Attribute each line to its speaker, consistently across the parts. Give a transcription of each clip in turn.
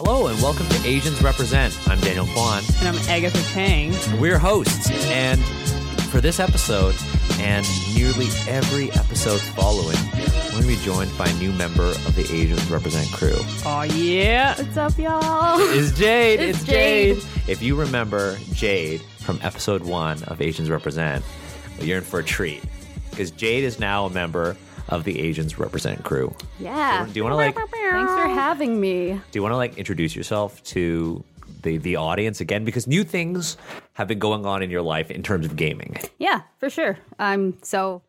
Speaker 1: welcome to Asians Represent. I'm Daniel Kwan.
Speaker 2: And I'm Agatha Chang.
Speaker 1: We're hosts, and for this episode and nearly every episode following, we're going to be joined by a new member of the Asians Represent crew.
Speaker 2: Oh yeah.
Speaker 3: What's up, y'all?
Speaker 1: It's Jade.
Speaker 3: It's Jade.
Speaker 1: If you remember Jade from episode one of Asians Represent, well, you're in for a treat because Jade is now a member of the Asians Represent crew.
Speaker 3: Yeah.
Speaker 1: Do you want to like?
Speaker 3: Thanks for having me.
Speaker 1: Do you want to like introduce yourself to the the audience again? Because new things have been going on in your life in terms of gaming.
Speaker 3: Yeah, for sure. I'm so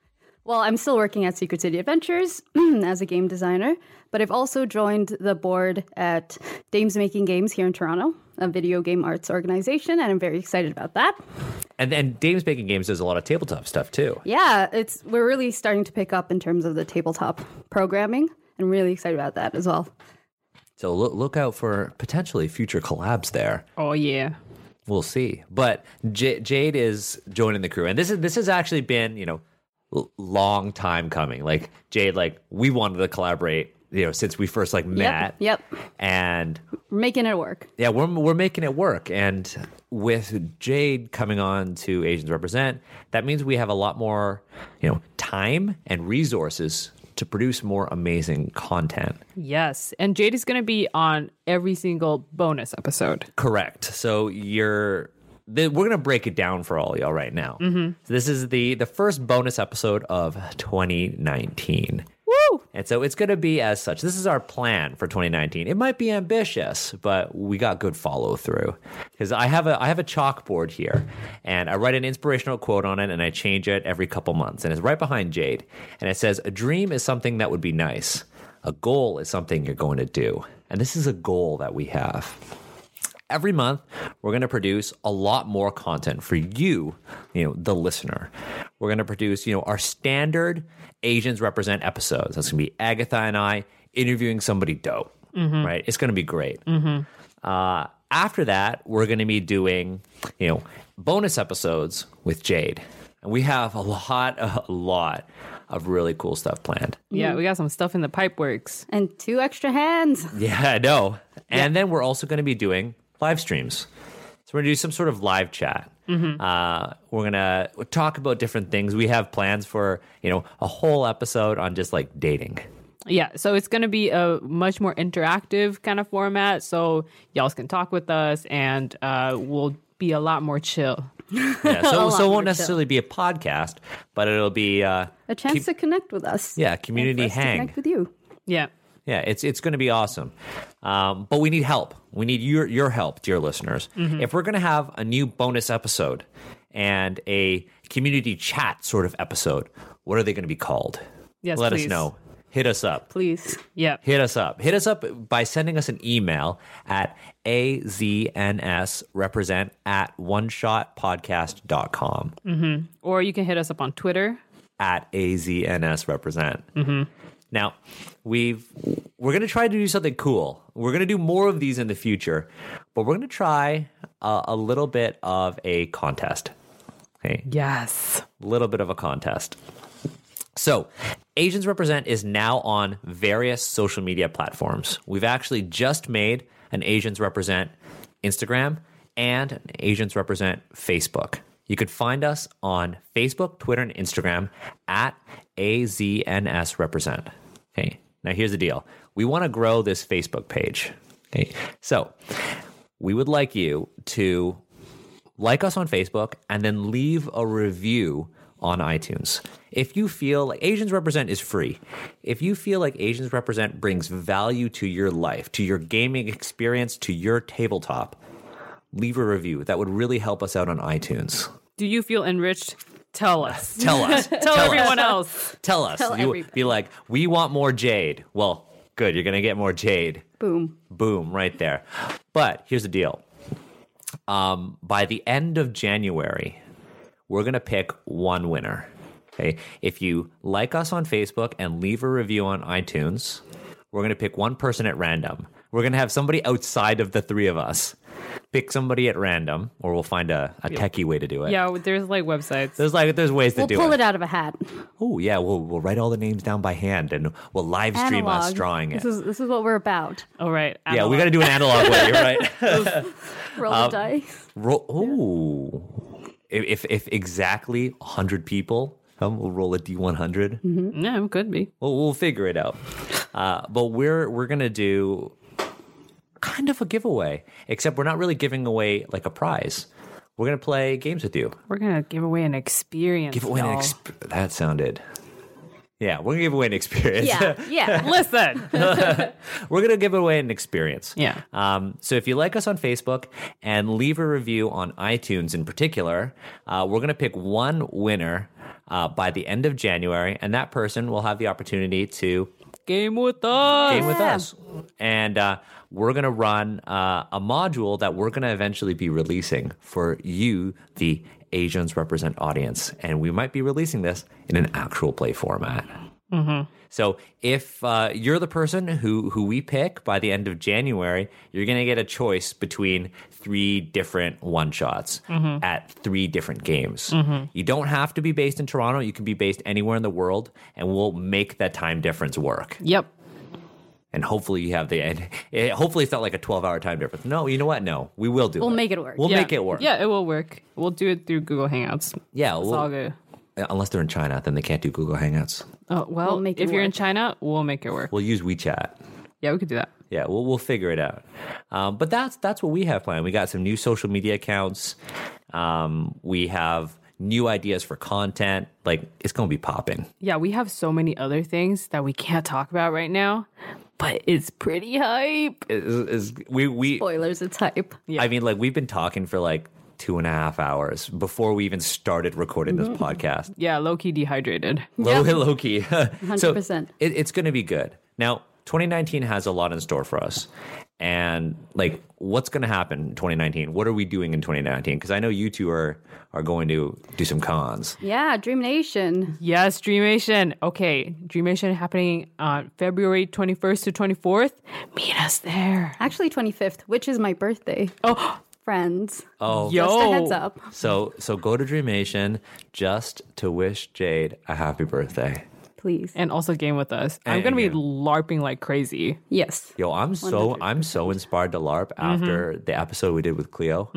Speaker 3: well, I'm still working at Secret City Adventures as a game designer, but I've also joined the board at Dames Making Games here in Toronto, a video game arts organization, and I'm very excited about that.
Speaker 1: And and Dames Making Games does a lot of tabletop stuff too.
Speaker 3: Yeah, it's we're really starting to pick up in terms of the tabletop programming. I'm really excited about that as well.
Speaker 1: So look look out for potentially future collabs there.
Speaker 2: Oh yeah.
Speaker 1: We'll see. But J- Jade is joining the crew, and this is this has actually been you know l- long time coming. Like Jade, like we wanted to collaborate. You know, since we first like met.
Speaker 3: yep.
Speaker 1: And
Speaker 3: We're making it work.
Speaker 1: yeah, we're we're making it work. And with Jade coming on to Asians Represent, that means we have a lot more, you know, time and resources to produce more amazing content.
Speaker 2: Yes. And Jade is gonna be on every single bonus episode.
Speaker 1: Correct. So you're the, we're gonna break it down for all y'all right now. Mm-hmm. So this is the the first bonus episode of 2019.
Speaker 2: Woo!
Speaker 1: And so it's going to be as such. This is our plan for 2019. It might be ambitious, but we got good follow through. Because I have a I have a chalkboard here, and I write an inspirational quote on it, and I change it every couple months. And it's right behind Jade, and it says, "A dream is something that would be nice. A goal is something you're going to do." And this is a goal that we have. Every month, we're going to produce a lot more content for you, you know, the listener. We're going to produce, you know, our standard Asians Represent episodes. That's going to be Agatha and I interviewing somebody dope, right? It's going to be great. Uh, after that, we're going to be doing, you know, bonus episodes with Jade. And we have a lot, a lot of really cool stuff planned.
Speaker 2: Yeah, we got some stuff in the pipe works.
Speaker 3: And two extra hands.
Speaker 1: Yeah, I know. And then we're also going to be doing live streams. So we're going to do some sort of live chat. Uh, we're going to talk about different things. We have plans for, you know, a whole episode on just like dating.
Speaker 2: Yeah, so it's gonna be a much more interactive kind of format. So y'all can talk with us and uh we'll be a lot more chill.
Speaker 1: Yeah, so so it
Speaker 3: lot more
Speaker 1: won't
Speaker 3: chill.
Speaker 1: necessarily be a podcast, but it'll be uh
Speaker 3: A chance to connect with us.
Speaker 1: yeah, community
Speaker 3: Us to
Speaker 1: hang.
Speaker 3: connect with you.
Speaker 2: Yeah.
Speaker 1: Yeah, it's it's going to be awesome. Um, but we need help. We need your your help, dear listeners.
Speaker 2: Mm-hmm.
Speaker 1: If we're going to have a new bonus episode and a community chat sort of episode, what are they going to be called?
Speaker 2: Yes,
Speaker 1: Let us
Speaker 2: please.
Speaker 1: know. Hit us up.
Speaker 3: Please.
Speaker 2: Yeah.
Speaker 1: Hit us up. Hit us up by sending us an email at aznsrepresent at oneshotpodcast.com
Speaker 2: Or you can hit us up on Twitter.
Speaker 1: at AZNS represent. Now, we've we're gonna try to do something cool. We're gonna do more of these in the future, but we're gonna try uh, a, a little bit of a contest. Okay,
Speaker 2: Yes.
Speaker 1: little bit of a contest. So, Asians Represent is now on various social media platforms. We've actually just made an Asians Represent Instagram and an Asians Represent Facebook. You could find us on Facebook, Twitter, and Instagram at AZNS Represent. Okay, now here's the deal we want to grow this Facebook page. Okay, so we would like you to like us on Facebook, and then leave a review on iTunes. If you feel like Asians Represent is free, if you feel like Asians Represent brings value to your life, to your gaming experience, to your tabletop, leave a review. That would really help us out on iTunes.
Speaker 2: Do you feel enriched? Tell us.
Speaker 1: Tell us. tell,
Speaker 2: Tell
Speaker 1: us.
Speaker 2: everyone else.
Speaker 1: Tell us.
Speaker 3: Tell
Speaker 1: you
Speaker 3: everybody.
Speaker 1: be like, we want more Jade. Well, good. You're going to get more Jade.
Speaker 3: Boom.
Speaker 1: Boom, right there. But here's the deal. Um, by the end of January, we're going to pick one winner. Okay. If you like us on Facebook and leave a review on iTunes, we're going to pick one person at random. We're going to have somebody outside of the three of us pick somebody at random, or we'll find a, a techie way to do it.
Speaker 2: Yeah, there's like websites.
Speaker 1: There's like there's ways to
Speaker 3: We'll
Speaker 1: do
Speaker 3: pull
Speaker 1: it.
Speaker 3: it out of a hat.
Speaker 1: Oh yeah, we'll we'll write all the names down by hand and we'll live stream us
Speaker 3: Analog.
Speaker 1: drawing it.
Speaker 3: This is this is what we're about.
Speaker 2: All right.
Speaker 1: yeah, we
Speaker 2: analog.
Speaker 1: got to do an analog way, right?
Speaker 3: Roll
Speaker 1: Uh,
Speaker 3: the dice.
Speaker 1: Roll. Oh, if if exactly hundred people, um, we'll roll a d one hundred.
Speaker 2: Yeah, it could be.
Speaker 1: We'll we'll figure it out. Uh, but we're we're gonna do kind of a giveaway, except we're not really giving away like a prize. We're gonna play games with you.
Speaker 2: We're gonna give away an experience.
Speaker 1: Give away an
Speaker 2: y'all.
Speaker 1: exp- that sounded. Yeah, we're gonna give away an experience.
Speaker 3: Yeah, yeah.
Speaker 2: Listen.
Speaker 1: we're gonna give away an experience.
Speaker 2: Yeah.
Speaker 1: Um, so if you like us on Facebook and leave a review on iTunes in particular, uh, we're going to pick one winner uh, by the end of January, and that person will have the opportunity to
Speaker 2: Game with us.
Speaker 1: game with
Speaker 3: Yeah.
Speaker 1: us. And uh, we're going to run uh, a module that we're going to eventually be releasing for you, the Asians Represent audience. And we might be releasing this in an actual play format. So if uh, you're the person who, who we pick by the end of January, you're going to get a choice between three different one shots at three different games. You don't have to be based in Toronto. You can be based anywhere in the world, and we'll make that time difference work
Speaker 2: Yep.
Speaker 1: and hopefully you have the end. It, hopefully it's not like a 12 hour time difference. No, you know what? No, we will do
Speaker 3: We'll
Speaker 1: it.
Speaker 3: make it work.
Speaker 1: We'll
Speaker 2: Yeah.
Speaker 1: make it work.
Speaker 2: Yeah, it will work. We'll do it through Google Hangouts.
Speaker 1: Yeah.
Speaker 2: It's
Speaker 1: We'll,
Speaker 2: all good.
Speaker 1: unless they're in China, then they can't do Google Hangouts.
Speaker 2: Oh well,
Speaker 3: We'll make it
Speaker 2: if you're in
Speaker 3: work.
Speaker 2: China, we'll make it work.
Speaker 1: We'll use WeChat.
Speaker 2: Yeah, we could do that.
Speaker 1: Yeah, we'll, we'll figure it out. Um, but that's that's what we have planned. We got some new social media accounts. Um, we have new ideas for content. Like it's going to be popping.
Speaker 2: Yeah, we have so many other things that we can't talk about right now, but it's pretty hype.
Speaker 1: It- it's- it's- we we
Speaker 3: Spoilers, it's hype.
Speaker 1: I mean, like we've been talking for like two and a half hours before we even started recording this
Speaker 3: Mm-hmm.
Speaker 1: podcast.
Speaker 2: Yeah, low key dehydrated.
Speaker 1: Low and low key. so
Speaker 3: 100%.
Speaker 1: it, it's going to be good. Now, 2019 has a lot in store for us. And like, what's going to happen in 2019? What are we doing in 2019? Because I know you two are are going to do some cons.
Speaker 3: Yeah, Dream Nation.
Speaker 2: Yes, Dreamation. Okay, Dreamation happening on February 21st to 24th. Meet us there.
Speaker 3: Actually, 25th, which is my birthday.
Speaker 2: Oh,
Speaker 3: Friends.
Speaker 1: Oh,
Speaker 2: yo.
Speaker 3: Just a heads up.
Speaker 1: so so go to Dreamation just to wish Jade a happy birthday.
Speaker 3: Please.
Speaker 2: And also game with us. I'm
Speaker 1: And
Speaker 2: going to be
Speaker 1: game.
Speaker 2: LARPing like crazy.
Speaker 3: Yes.
Speaker 1: Yo, I'm so I'm so inspired to LARP after the episode we did with Cleo.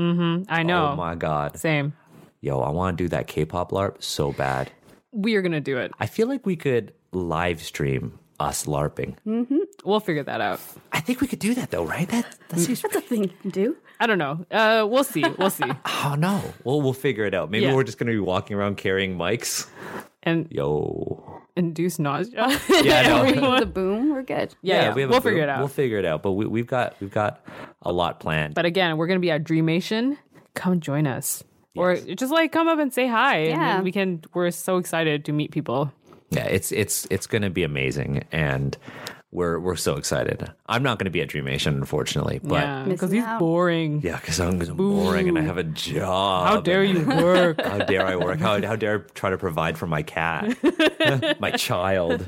Speaker 2: I
Speaker 1: Oh
Speaker 2: know.
Speaker 1: my god,
Speaker 2: Same.
Speaker 1: yo, I want to do that K-pop LARP so bad.
Speaker 2: We are going to do it.
Speaker 1: I feel like we could live stream us LARPing.
Speaker 2: We'll figure that out.
Speaker 1: I think we could do that though, right? That that seems.
Speaker 3: That's a thing you can do.
Speaker 2: I don't know. Uh, we'll see. We'll see.
Speaker 1: Oh no! Well, we'll figure it out. Maybe
Speaker 2: Yeah.
Speaker 1: we're just gonna be walking around carrying mics.
Speaker 2: And
Speaker 1: Yo.
Speaker 2: induce nausea.
Speaker 1: Yeah, I know.
Speaker 2: Everyone.
Speaker 3: The boom, we're good.
Speaker 2: Yeah, yeah,
Speaker 1: have a
Speaker 2: we'll
Speaker 1: group.
Speaker 2: figure it out.
Speaker 1: We'll figure it out. But we, we've got we've got a lot planned.
Speaker 2: But again, we're going to be at Dreamation. Come join us. Or just like come up and say hi. And
Speaker 3: Yeah.
Speaker 2: then we can, we're so excited to meet people.
Speaker 1: yeah, it's it's it's gonna be amazing, and we're we're so excited. I'm not gonna be at Dreamation, unfortunately, but
Speaker 2: Yeah.
Speaker 3: Missing
Speaker 2: Because he's
Speaker 3: out.
Speaker 2: boring.
Speaker 1: yeah, because I'm, 'cause I'm boring and I have a job.
Speaker 2: How dare you work?
Speaker 1: How dare I work? How, how dare I try to provide for my cat, my child?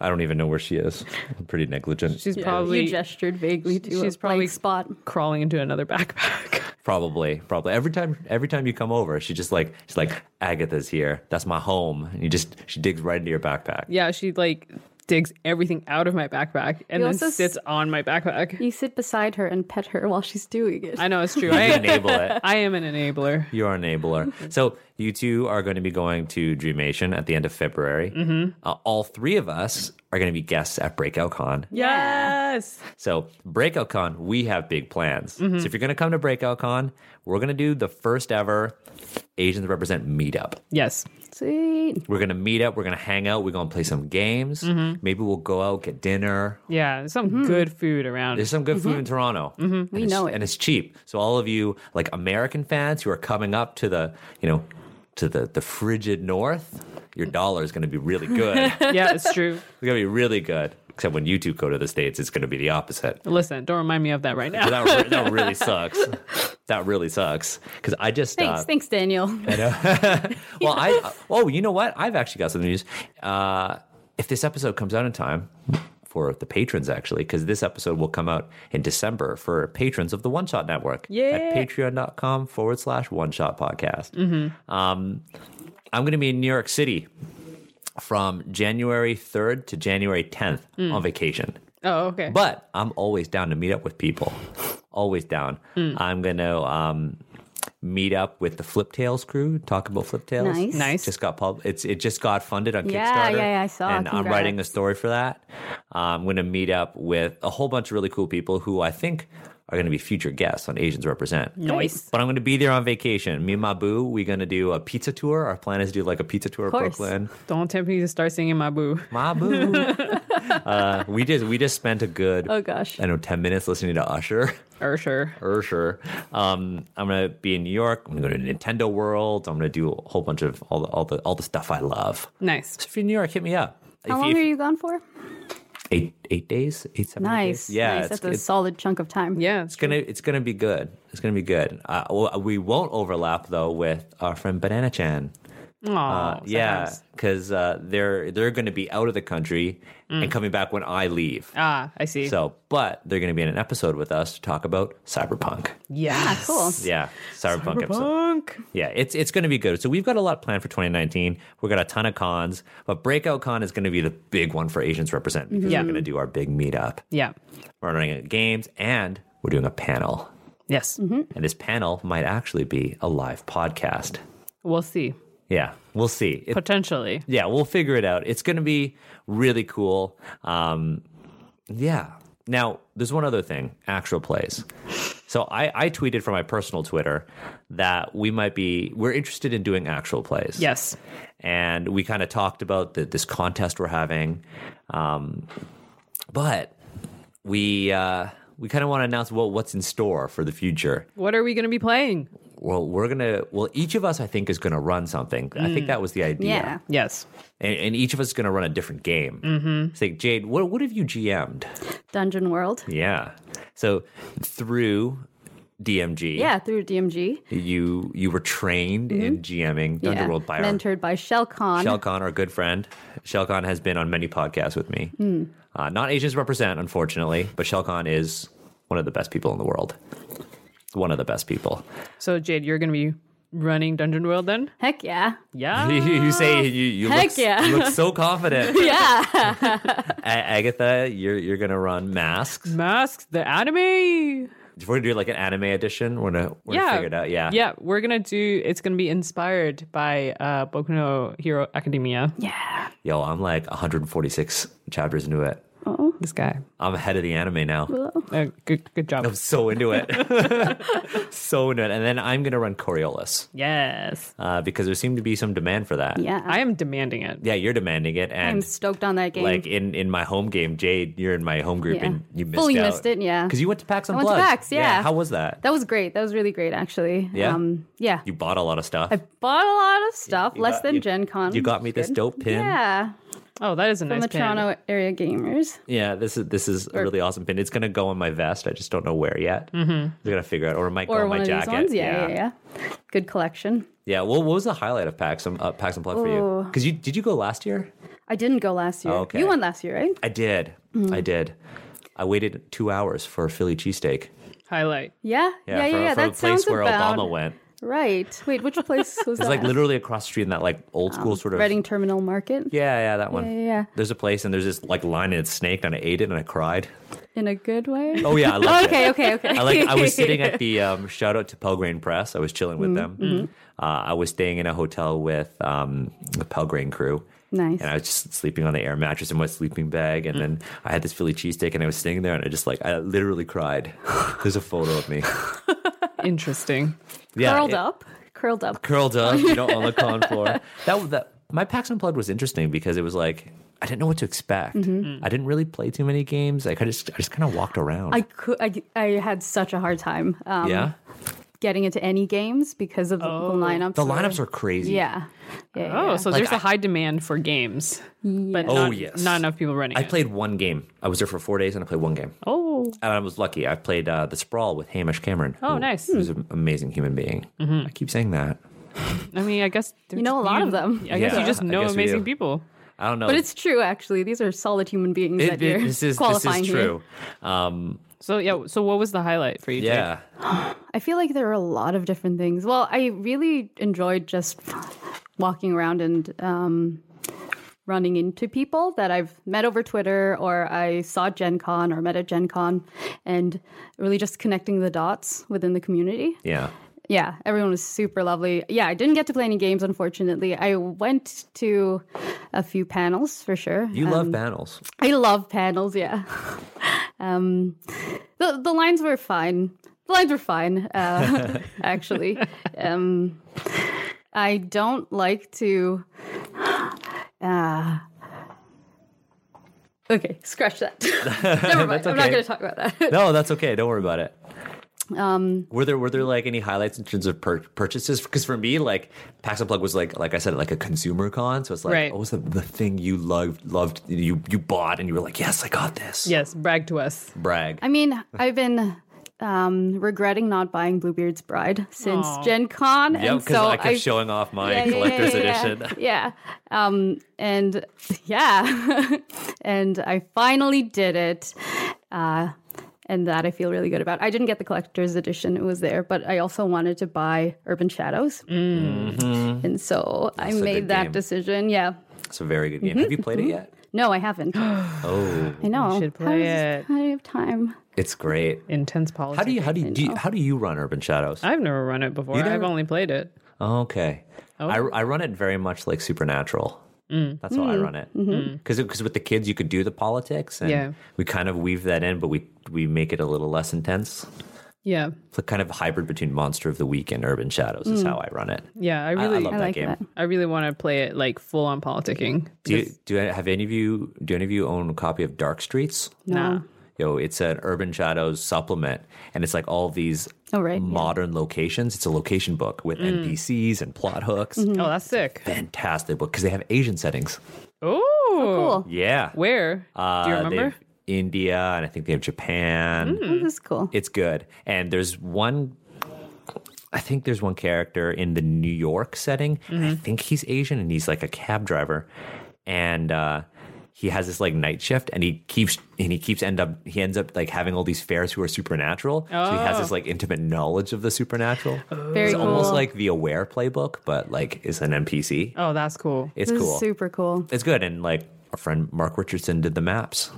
Speaker 1: I don't even know where she is. I'm pretty negligent.
Speaker 2: She's probably
Speaker 3: you gestured vaguely to
Speaker 2: she's
Speaker 3: she's a
Speaker 2: probably-
Speaker 3: probably spot.
Speaker 2: crawling into another backpack.
Speaker 1: probably, probably. Every time, every time you come over, she just like she's like Agatha's here. That's my home. And you just she digs right into your backpack.
Speaker 2: yeah, she like digs everything out of my backpack and then
Speaker 3: You also s-
Speaker 2: sits on my backpack.
Speaker 3: You sit beside her and pet her while she's doing it.
Speaker 2: I know it's true.
Speaker 1: You
Speaker 2: I,
Speaker 1: enable it.
Speaker 2: I am an enabler.
Speaker 1: You're an enabler. So you two are going to be going to Dreamation at the end of February. Uh, all three of us are going to be guests at Breakout Con.
Speaker 3: Yeah.
Speaker 2: Yes.
Speaker 1: So Breakout Con, we have big plans. So if you're going to come to Breakout Con, we're going to do the first ever Asians Represent meetup.
Speaker 2: Yes.
Speaker 3: Sweet.
Speaker 1: We're going to meet up. We're going to hang out. We're going to play some games. Maybe we'll go out get dinner.
Speaker 2: Yeah. Some
Speaker 1: Mm-hmm.
Speaker 2: good food around.
Speaker 1: There's some good food in Toronto. Mm-hmm.
Speaker 3: We know it.
Speaker 1: and it's cheap. So all of you like American fans who are coming up to the you know to the the frigid north, your dollar is going to be really good. it's going
Speaker 2: yeah, it's true.
Speaker 1: to be really good. Except when you two go to the states, it's going to be the opposite.
Speaker 2: Listen, don't remind me of that right now.
Speaker 1: that, re- that really sucks. That really sucks because I just
Speaker 3: Thanks,
Speaker 1: uh,
Speaker 3: thanks, Daniel.
Speaker 1: well I oh you know what I've actually got some news. Uh, if this episode comes out in time for the patrons actually, because this episode will come out in December for patrons of the One Shot Network
Speaker 2: Yeah.
Speaker 1: at patreon.com forward slash one shot podcast. Um, I'm going to be in New York City from January 3rd to January 10th on vacation.
Speaker 2: Oh, okay.
Speaker 1: But I'm always down to meet up with people. Always down.
Speaker 3: Hmm.
Speaker 1: I'm gonna um, meet up with the Flip Tails crew. Talk about Flip Tails.
Speaker 3: Nice.
Speaker 2: Nice.
Speaker 1: Just got pub. It's it just got funded on
Speaker 3: Yeah,
Speaker 1: Kickstarter.
Speaker 3: yeah, yeah, I saw.
Speaker 1: And I'm
Speaker 3: Congrats.
Speaker 1: writing a story for that. Uh, I'm gonna meet up with a whole bunch of really cool people who I think are gonna be future guests on Asians Represent.
Speaker 2: Nice.
Speaker 1: But I'm going to be there on vacation. Me and my boo, we're going to do a pizza tour. Our plan is to do like a pizza tour of
Speaker 3: course.
Speaker 1: Brooklyn.
Speaker 2: Don't tempt me to start singing my boo.
Speaker 1: My boo. uh, we just we just spent a good
Speaker 3: Oh gosh.
Speaker 1: I know, 10 minutes listening to Usher.
Speaker 2: Or sure.
Speaker 1: Usher. Um, I'm gonna be in New York. I'm gonna go to Nintendo World. I'm gonna do a whole bunch of all the all the all the stuff I love.
Speaker 2: Nice.
Speaker 1: So if you're in New York, hit me up.
Speaker 3: How
Speaker 1: If-
Speaker 3: long
Speaker 1: if-
Speaker 3: are you gone for?
Speaker 1: Eight eight days, eight seven eight
Speaker 3: Nice.
Speaker 1: days. Yeah,
Speaker 3: nice.
Speaker 1: it's,
Speaker 3: That's a
Speaker 1: it's,
Speaker 3: solid chunk of time.
Speaker 2: Yeah.
Speaker 1: it's gonna it's gonna be good. It's gonna be good. Uh, well, we won't overlap though with our friend Banana Chan.
Speaker 2: Aw,
Speaker 1: Uh,
Speaker 3: Oh,
Speaker 1: yeah,
Speaker 2: sometimes.
Speaker 1: because uh, they're they're gonna be out of the country
Speaker 3: Mm.
Speaker 1: and coming back when I leave.
Speaker 2: Ah, I see.
Speaker 1: So, but they're going to be in an episode with us to talk about cyberpunk.
Speaker 2: yes.
Speaker 3: Cool.
Speaker 1: Yeah, cyberpunk, episode.
Speaker 2: Ah, Punk.
Speaker 1: Yeah, it's it's going to be good. So we've got a lot planned for 2019. We've got a ton of cons, but Breakout Con is going to be the big one for Asians Represent because
Speaker 2: Yeah.
Speaker 1: we're going to do our big meetup.
Speaker 2: Yeah.
Speaker 1: We're running games, and we're doing a panel.
Speaker 2: Yes.
Speaker 1: And this panel might actually be a live podcast.
Speaker 2: We'll see.
Speaker 1: Yeah, we'll see. It-
Speaker 2: Potentially.
Speaker 1: yeah, we'll figure it out. It's going to be really cool. Um, yeah. Now, there's one other thing actual plays. So I, I tweeted from my personal Twitter that we might be, we're interested in doing actual plays.
Speaker 2: Yes.
Speaker 1: And we kind of talked about the, this contest we're having. Um, but we, uh, we kind of want to announce well, what's in store for the future
Speaker 2: What are we going to be playing?
Speaker 1: well we're gonna well each of us i think is gonna run something i think that was the idea
Speaker 3: Yeah.
Speaker 2: Yes.
Speaker 1: and, and each of us is going to run a different game. Mm-hmm. It's like Jade, what what have you GM'd?
Speaker 3: Dungeon World.
Speaker 1: Yeah, so through DMG,
Speaker 3: Yeah, through DMG.
Speaker 1: you you were trained in GMing Dungeon
Speaker 3: yeah.
Speaker 1: World by our
Speaker 3: Mentored by Shell Khan.
Speaker 1: Shelcon, our good friend. Shelcon has been on many podcasts with me.
Speaker 3: Hmm.
Speaker 1: Uh, not Asians represent, unfortunately, but Shelcon is one of the best people in the world. One of the best people.
Speaker 2: So, Jade, you're going to be running Dungeon World then?
Speaker 3: Heck yeah.
Speaker 2: Yeah.
Speaker 1: you say you you
Speaker 3: Ah, Heck
Speaker 1: look,
Speaker 3: yeah.
Speaker 1: you look so confident.
Speaker 3: Yeah.
Speaker 1: A- Agatha, you're you're gonna run masks.
Speaker 2: Masks, the anime.
Speaker 1: We're gonna do like an anime edition. We're gonna, we're
Speaker 2: yeah.
Speaker 1: gonna figure it out. Yeah.
Speaker 2: Yeah. We're going to do, it's going to be inspired by uh, Boku no Hero Academia.
Speaker 3: yeah.
Speaker 1: Yo, I'm like 146 chapters into it.
Speaker 2: This guy.
Speaker 1: I'm ahead of the anime now.
Speaker 2: Uh, good, good job.
Speaker 1: I'm so into it. so into it. And then I'm gonna run Coriolis
Speaker 2: Yes.
Speaker 1: uh, because there seemed to be some demand for that.
Speaker 3: Yeah.
Speaker 2: I am demanding it.
Speaker 1: Yeah, you're demanding it,
Speaker 3: I'm
Speaker 1: and
Speaker 3: stoked on that game.
Speaker 1: like in in my home game, Jade, you're in my home group,
Speaker 3: Yeah.
Speaker 1: and you missed
Speaker 3: Fully
Speaker 1: out.
Speaker 3: missed it, yeah.
Speaker 1: Because you went to PAX on
Speaker 3: went to
Speaker 1: Blood.
Speaker 3: PAX, yeah.
Speaker 1: How was that?
Speaker 3: that was great. That was really great, actually.
Speaker 1: Yeah?
Speaker 3: Um, yeah.
Speaker 1: You bought a lot of stuff.
Speaker 3: I bought a lot of stuff,
Speaker 1: You
Speaker 3: less
Speaker 1: got-
Speaker 3: than
Speaker 1: you-
Speaker 3: Gen Con.
Speaker 1: You got me
Speaker 3: which is
Speaker 1: this
Speaker 3: good.
Speaker 1: dope pin.
Speaker 3: Yeah.
Speaker 2: Oh, that is a
Speaker 3: From
Speaker 2: nice
Speaker 3: the
Speaker 2: pin.
Speaker 3: Toronto area gamers.
Speaker 1: Yeah, this is this is a
Speaker 3: Or-
Speaker 1: really awesome pin. It's gonna go on my vest. I just don't know where yet. Mm-hmm. I gotta figure out, or it might go
Speaker 3: Or
Speaker 1: on my
Speaker 3: one of
Speaker 1: jacket.
Speaker 3: these ones. Yeah, yeah,
Speaker 1: yeah,
Speaker 3: yeah. Good collection.
Speaker 1: Yeah, Well, what was the highlight of PAX? Um, uh, PAX and Plug for you?
Speaker 3: Ooh.
Speaker 1: Because you did you go last year?
Speaker 3: I didn't go last year.
Speaker 1: Okay.
Speaker 3: You won last year, right?
Speaker 1: I did.
Speaker 3: Mm.
Speaker 1: I did. I waited two hours for a Philly cheesesteak.
Speaker 2: Highlight.
Speaker 3: Yeah. Yeah, yeah,
Speaker 1: for,
Speaker 3: yeah.
Speaker 1: for
Speaker 3: that
Speaker 1: a
Speaker 3: sounds
Speaker 1: place where
Speaker 3: about
Speaker 1: Obama went.
Speaker 3: right. Wait, which place
Speaker 1: It's
Speaker 3: was that?
Speaker 1: like literally across the street in that like old school sort of.
Speaker 3: Um, Reading Terminal Market
Speaker 1: Yeah, yeah, that one.
Speaker 3: Yeah, yeah, yeah.
Speaker 1: There's a place and there's this like line and it's snaked and I ate it and I cried.
Speaker 3: in a good way.
Speaker 1: Oh yeah, I loved it.
Speaker 3: okay, okay, okay.
Speaker 1: I like. I was sitting at the um, shout out to Pelgrane Press. I was chilling with
Speaker 3: Mm-hmm.
Speaker 1: them. Uh, I was staying in a hotel with um, the Pelgrane crew.
Speaker 3: Nice.
Speaker 1: And I was just sleeping on the air mattress in my sleeping bag,
Speaker 3: Mm.
Speaker 1: and then I had this Philly cheesesteak, and I was sitting there, and I just like I literally cried. There's a photo of me,
Speaker 2: Interesting.
Speaker 1: yeah,
Speaker 3: curled
Speaker 1: it-
Speaker 3: up, curled up.
Speaker 1: curled up. You don't on the con floor. That that my PAX Unplugged was interesting because it was like I didn't know what to expect. I didn't really play too many games. Like I just I just kind of walked around.
Speaker 3: Mm-hmm. I could. I, I had such a hard time um,
Speaker 1: yeah,
Speaker 3: getting into any games because of the, the lineups.
Speaker 1: the
Speaker 3: were-
Speaker 1: lineups are crazy.
Speaker 3: Yeah. Yeah. yeah,
Speaker 2: Oh,
Speaker 3: yeah.
Speaker 2: so
Speaker 1: Like,
Speaker 2: there's a
Speaker 1: I-
Speaker 2: high demand for games, but
Speaker 1: Oh,
Speaker 2: not,
Speaker 1: yes.
Speaker 2: not enough people running.
Speaker 1: I
Speaker 2: it.
Speaker 1: played one game. I was there for four days, and I played one game.
Speaker 2: Oh,
Speaker 1: And I was lucky. I played uh, the Sprawl with Hamish Cameron.
Speaker 2: Oh,
Speaker 1: who-
Speaker 2: nice.
Speaker 1: Who's an amazing human being.
Speaker 3: Mm-hmm.
Speaker 1: I keep saying that.
Speaker 2: I mean, I guess
Speaker 3: You know a lot of them.
Speaker 2: I guess
Speaker 1: Yeah,
Speaker 2: you just
Speaker 1: I
Speaker 2: know
Speaker 1: guess we
Speaker 2: amazing
Speaker 1: do.
Speaker 2: people.
Speaker 1: I don't know.
Speaker 3: But it's true, actually. These are solid human beings
Speaker 1: It-
Speaker 3: that
Speaker 1: it-
Speaker 3: you're
Speaker 1: this is this
Speaker 3: qualifying
Speaker 1: is
Speaker 3: here.
Speaker 1: true. Um,
Speaker 2: So yeah. So what was the highlight for you? Jake?
Speaker 1: yeah,
Speaker 3: I feel like there are a lot of different things. Well, I really enjoyed just walking around and um, running into people that I've met over Twitter or I saw Gen Con or met at Gen Con and really just connecting the dots within the community.
Speaker 1: yeah.
Speaker 3: Yeah, everyone was super lovely. Yeah, I didn't get to play any games, unfortunately. I went to a few panels for sure.
Speaker 1: You love panels.
Speaker 3: I love panels, yeah. um, the the lines were fine. The lines were fine, uh, actually. Um, I don't like to. Uh, okay, scratch that. Never mind. I'm
Speaker 1: okay.
Speaker 3: not going to talk about that.
Speaker 1: No, that's okay. Don't worry about it. Um, were there were there like any highlights in terms of pur- purchases? Because for me, like Pax and Plug was like like I said, like a consumer con. So it's like,
Speaker 2: Right.
Speaker 1: what was the, the thing you loved loved you you bought and you were like, yes, I got this.
Speaker 2: Yes. Brag to us.
Speaker 1: Brag.
Speaker 3: I mean, I've been um, regretting not buying Bluebeard's Bride since Gen Con,
Speaker 1: yeah,
Speaker 3: and
Speaker 1: because
Speaker 3: so
Speaker 1: I kept showing off my
Speaker 3: Yeah, yeah,
Speaker 1: collector's
Speaker 3: yeah, yeah,
Speaker 1: edition.
Speaker 3: Yeah. yeah. Um, and yeah. and I finally did it. Uh, and that I feel really good about. I didn't get the collector's edition, it was there, but I also wanted to buy Urban Shadows. And so
Speaker 1: Mm. Mm-hmm. That's
Speaker 3: I
Speaker 1: a
Speaker 3: made
Speaker 1: good
Speaker 3: that
Speaker 1: game.
Speaker 3: decision. Yeah.
Speaker 1: It's a very good game. Have you played it yet?
Speaker 3: No, I haven't. I
Speaker 1: Oh,
Speaker 3: know.
Speaker 2: should
Speaker 3: How
Speaker 2: play it.
Speaker 3: does- how do I have time.
Speaker 1: it's great.
Speaker 2: Intense politics.
Speaker 1: How do you how do you, do you how do you run Urban Shadows?
Speaker 2: I've never run it before.
Speaker 1: You never-
Speaker 2: I've only played it.
Speaker 1: Okay. I, I run it very much like Supernatural. That's how I
Speaker 3: Mm-hmm.
Speaker 1: run it. Because with the kids, you could do the politics, and
Speaker 2: Yeah.
Speaker 1: we kind of weave that in, but we we make it a little less intense.
Speaker 2: Yeah.
Speaker 1: It's a kind of hybrid between Monster of the Week and Urban Shadows
Speaker 3: Mm.
Speaker 1: is how I run it.
Speaker 2: Yeah. I
Speaker 1: I-
Speaker 2: really,
Speaker 1: I,
Speaker 2: I,
Speaker 1: love that
Speaker 3: like
Speaker 1: game.
Speaker 3: that.
Speaker 2: really want to play it like full on politicking.
Speaker 1: Do you, do I- have any of you do any of you own a copy of Dark Streets?
Speaker 2: Nah.
Speaker 1: Yo, it's an Urban Shadows supplement, and it's like all these
Speaker 3: Oh, right, yeah.
Speaker 1: modern locations. It's a location book
Speaker 2: Mm.
Speaker 1: with NPCs and plot hooks.
Speaker 3: Mm.
Speaker 2: Oh, that's sick.
Speaker 1: Fantastic book because they have Asian settings.
Speaker 2: Oh,
Speaker 3: Cool.
Speaker 1: Yeah.
Speaker 2: Where? do you
Speaker 1: Uh, they
Speaker 2: remember? Mm.
Speaker 1: have India and I think they have Japan.
Speaker 3: This is cool.
Speaker 1: It's good. And there's one I think there's one character in the New York setting. and I think he's Asian and he's like a cab driver. And uh he has this like night shift and he keeps and he keeps end up he ends up like having all these fairs who are supernatural. So he has
Speaker 2: Oh.
Speaker 1: this like intimate knowledge of the supernatural.
Speaker 3: Very
Speaker 1: it's
Speaker 3: cool.
Speaker 1: almost like the aware playbook, but like is an NPC.
Speaker 2: Oh, that's cool.
Speaker 1: It's
Speaker 3: this
Speaker 1: cool.
Speaker 3: is super cool.
Speaker 1: it's good. And like our friend Mark Richardson did the maps.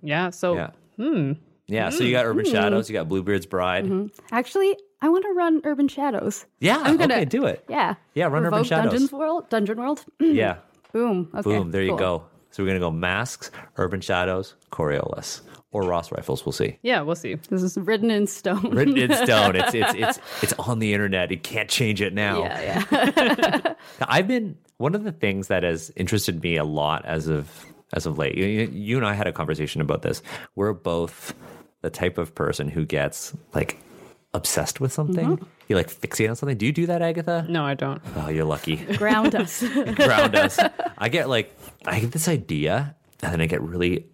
Speaker 2: Yeah. So
Speaker 1: Yeah. Hmm. Yeah. So you got Urban Shadows, you got Bluebeard's Bride.
Speaker 3: Actually, I want to run Urban Shadows.
Speaker 1: Yeah.
Speaker 3: I'm gonna
Speaker 1: okay, do it.
Speaker 3: Yeah.
Speaker 1: Yeah, run Urban
Speaker 3: Revoke
Speaker 1: Shadows.
Speaker 3: Dungeons World, Dungeon World.
Speaker 1: Yeah.
Speaker 3: Boom. Mm-hmm. Okay.
Speaker 1: Boom. There you
Speaker 3: cool.
Speaker 1: go. So we're gonna go masks, Urban Shadows, Coriolis, or Ross Rifles. We'll see.
Speaker 2: yeah, we'll see.
Speaker 3: This is written in stone.
Speaker 1: Written in stone. It's it's it's it's on the internet. You can't change it now.
Speaker 3: Yeah, yeah.
Speaker 1: I've been one of the things that has interested me a lot as of as of late. You, you- you and I had a conversation about this. We're both the type of person who gets like obsessed with something.
Speaker 3: Mm-hmm.
Speaker 1: You like fixate on something. Do you do that, Agatha?
Speaker 3: Mm.
Speaker 2: No, I don't.
Speaker 1: Oh, you're lucky.
Speaker 3: Ground us.
Speaker 1: ground us. I get like I get this idea, and then I get really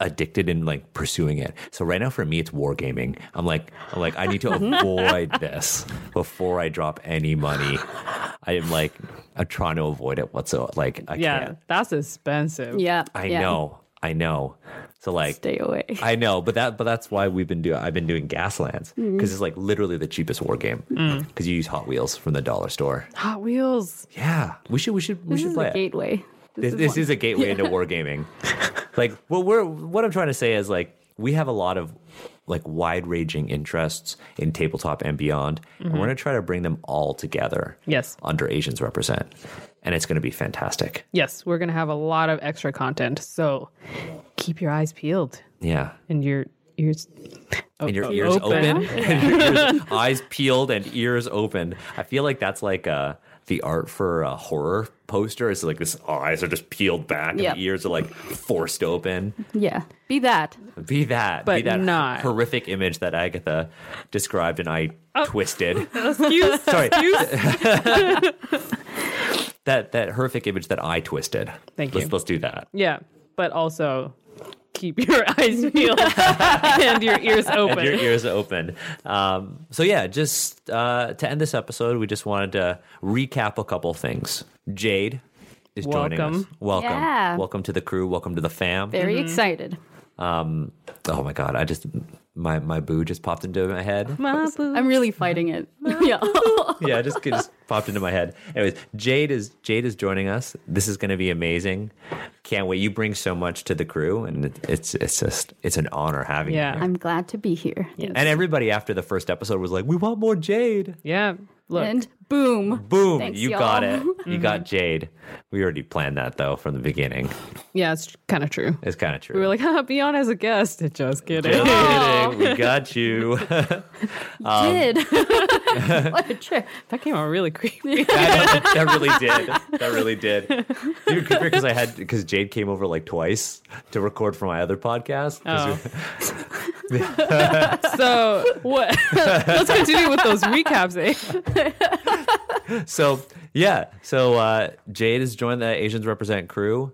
Speaker 1: addicted in like pursuing it. So right now for me, it's wargaming. I'm like I'm like I need to avoid this before I drop any money. I am like I'm trying to avoid it whatsoever. Like I
Speaker 2: Yeah,
Speaker 1: can't.
Speaker 2: that's expensive.
Speaker 3: yeah.
Speaker 1: I
Speaker 3: yeah.
Speaker 1: know. I know. So like.
Speaker 3: Stay away.
Speaker 1: I know, but that but that's why we've been doing I've been doing Gaslands
Speaker 3: Mm-hmm.
Speaker 1: because it's like literally the cheapest war game
Speaker 3: Mm.
Speaker 1: because you use Hot Wheels from the dollar store.
Speaker 2: Hot Wheels.
Speaker 1: Yeah, we should we should we
Speaker 3: This
Speaker 1: should
Speaker 3: is
Speaker 1: play
Speaker 3: a
Speaker 1: it
Speaker 3: gateway.
Speaker 1: this, this is a gateway into wargaming. like, well, we're what I'm trying to say is like we have a lot of like wide ranging interests in tabletop and beyond, and we're going to try to bring them all together.
Speaker 2: Yes.
Speaker 1: under Asians represent, and it's going to be fantastic.
Speaker 2: Yes, we're gonna have a lot of extra content. So keep your eyes peeled
Speaker 1: Yeah,
Speaker 2: and your ears.
Speaker 1: and your ears Oh, open, and your ears, eyes peeled, and ears open. I feel like that's like uh, the art for a horror poster is like this eyes are just peeled back and
Speaker 3: Yep.
Speaker 1: the ears are like forced open
Speaker 3: Yeah. Be that.
Speaker 1: Be that, be
Speaker 2: But
Speaker 1: that
Speaker 2: not.
Speaker 1: horrific image that Agatha described, and I twisted.
Speaker 2: Excuse.
Speaker 1: Sorry,
Speaker 2: Oh. Excuse.
Speaker 1: that that horrific image that I twisted.
Speaker 2: Thank
Speaker 1: let's,
Speaker 2: you.
Speaker 1: Let's do that.
Speaker 2: yeah, but also keep your eyes peeled and your ears open.
Speaker 1: And your ears open. Um, so yeah, just uh, to end this episode, we just wanted to recap a couple things. Jade is joining us.
Speaker 2: Welcome.
Speaker 1: Welcome.
Speaker 3: Yeah.
Speaker 1: Welcome to the crew. Welcome to the fam.
Speaker 3: Very excited.
Speaker 1: Um, oh my God. I just, my, my boo just popped into my head.
Speaker 2: My boo.
Speaker 3: I'm really fighting it. yeah.
Speaker 1: yeah, it just it just popped into my head. Anyways, Jade is Jade is joining us. This is going to be amazing. Can't wait. You bring so much to the crew, and it, it's it's just it's an honor having
Speaker 2: Yeah.
Speaker 1: you. Here.
Speaker 3: I'm glad to be here.
Speaker 1: And everybody after the first episode was like, "We want more Jade."
Speaker 2: Yeah. Look.
Speaker 3: And boom.
Speaker 1: Boom!
Speaker 3: Thanks,
Speaker 1: you
Speaker 3: y'all.
Speaker 1: got it. You got Jade. We already planned that though from the beginning.
Speaker 2: yeah, it's kind of true.
Speaker 1: It's kind of
Speaker 2: We
Speaker 1: true.
Speaker 2: were like, ah, be on as a guest. Just kidding.
Speaker 1: Just kidding. We got you. Um,
Speaker 3: Did. what a trip.
Speaker 2: that came out really creepy.
Speaker 1: that, that really did. That really did. You could because I had because Jade came over like twice to record for my other podcast. 'Cause
Speaker 2: Oh. so what? Let's continue with those recaps. Eh?
Speaker 1: So yeah, so uh, Jade has joined the Asians Represent crew.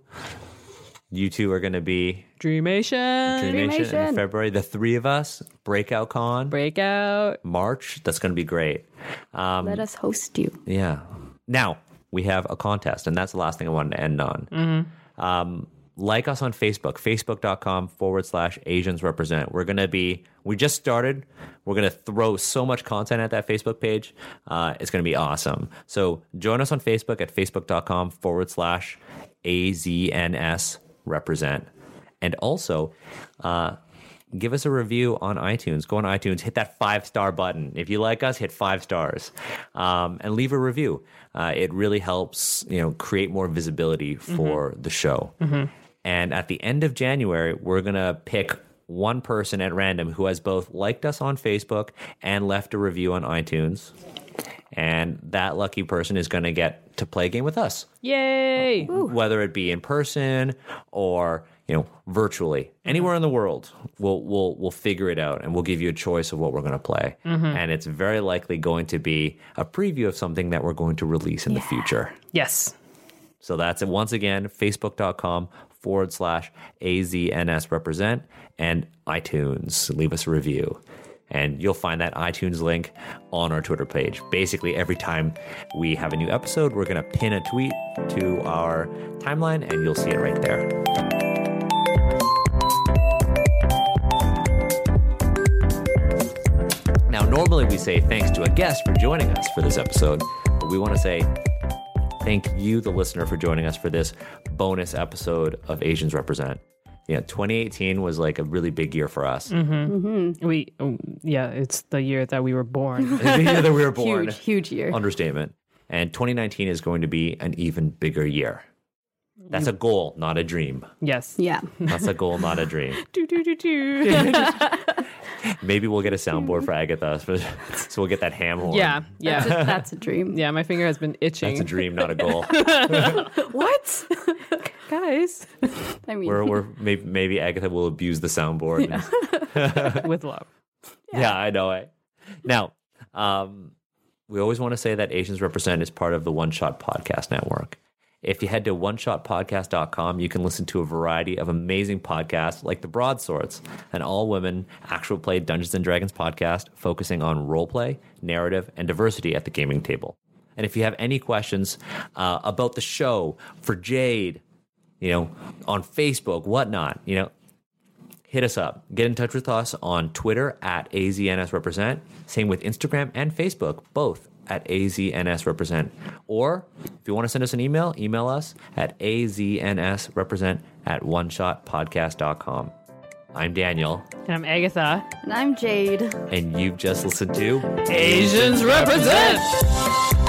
Speaker 1: You two are going to be
Speaker 2: Dreamation,
Speaker 1: Dreamation in
Speaker 3: Dreamation.
Speaker 1: February. The three of us Breakout Con
Speaker 2: breakout.
Speaker 1: March. That's going to be great. Um,
Speaker 3: Let us host you.
Speaker 1: yeah. Now we have a contest, and that's the last thing I wanted to end on. Um, like us on Facebook, facebook.com forward slash Asians represent. We're going to be, we just started. We're going to throw so much content at that Facebook page. Uh, it's going to be awesome. So join us on Facebook at facebook.com forward slash AZNS represent. And also, uh, give us a review on iTunes. Go on iTunes, hit that five star button. If you like us, hit five stars um, and leave a review. Uh, it really helps, you know, create more visibility for the show. And at the end of January, we're gonna pick one person at random who has both liked us on Facebook and left a review on iTunes. And that lucky person is going to get to play a game with us
Speaker 2: Yay!
Speaker 1: whether it be in person or you know virtually anywhere in the world we'll we'll we'll figure it out and we'll give you a choice of what we're going to play and it's very likely going to be a preview of something that we're going to release in the future
Speaker 2: Yes.
Speaker 1: so that's it once again facebook.com forward slash azns represent and itunes leave us a review and you'll find that iTunes link on our Twitter page. Basically, every time we have a new episode, we're going to pin a tweet to our timeline, and you'll see it right there. Now, normally we say thanks to a guest for joining us for this episode, but we want to say thank you, the listener, for joining us for this bonus episode of Asians Represent. Yeah, 2018 was like a really big year for us.
Speaker 2: We oh, yeah, it's the year that we were born.
Speaker 1: The year that we were born.
Speaker 3: Huge, huge year.
Speaker 1: Understatement. And 2019 is going to be an even bigger year. That's a goal, not a dream.
Speaker 2: Yes.
Speaker 3: Yeah.
Speaker 1: That's a goal, not a dream.
Speaker 2: Do, do, do, do.
Speaker 1: Maybe we'll get a soundboard for Agatha, so we'll get that ham horn.
Speaker 2: yeah,
Speaker 3: That's a,
Speaker 2: yeah,
Speaker 3: that's a dream.
Speaker 2: yeah. My finger has been itching,
Speaker 1: That's a dream, not a goal.
Speaker 3: What?
Speaker 2: guys,
Speaker 3: I mean,
Speaker 1: Or, or maybe, maybe Agatha will abuse the soundboard. Yeah,
Speaker 2: with love.
Speaker 1: I know it. Now, um, we always want to say that Asians Represent is part of the One Shot Podcast Network. If you head to oneshotpodcast.com, you can listen to a variety of amazing podcasts like The Broadswords, an all women actual play Dungeons and Dragons podcast focusing on roleplay, narrative, and diversity at the gaming table. And if you have any questions uh, about the show for Jade, you know, on Facebook, whatnot, you know, hit us up. Get in touch with us on Twitter at AZNS Represent. Same with Instagram and Facebook, both at AZNS Represent. Or if you want to send us an email, email us at AZNS Represent at oneshotpodcast.com. I'm Daniel,
Speaker 2: And I'm Agatha.
Speaker 3: and I'm Jade.
Speaker 1: and you've just listened to
Speaker 2: Asians represent.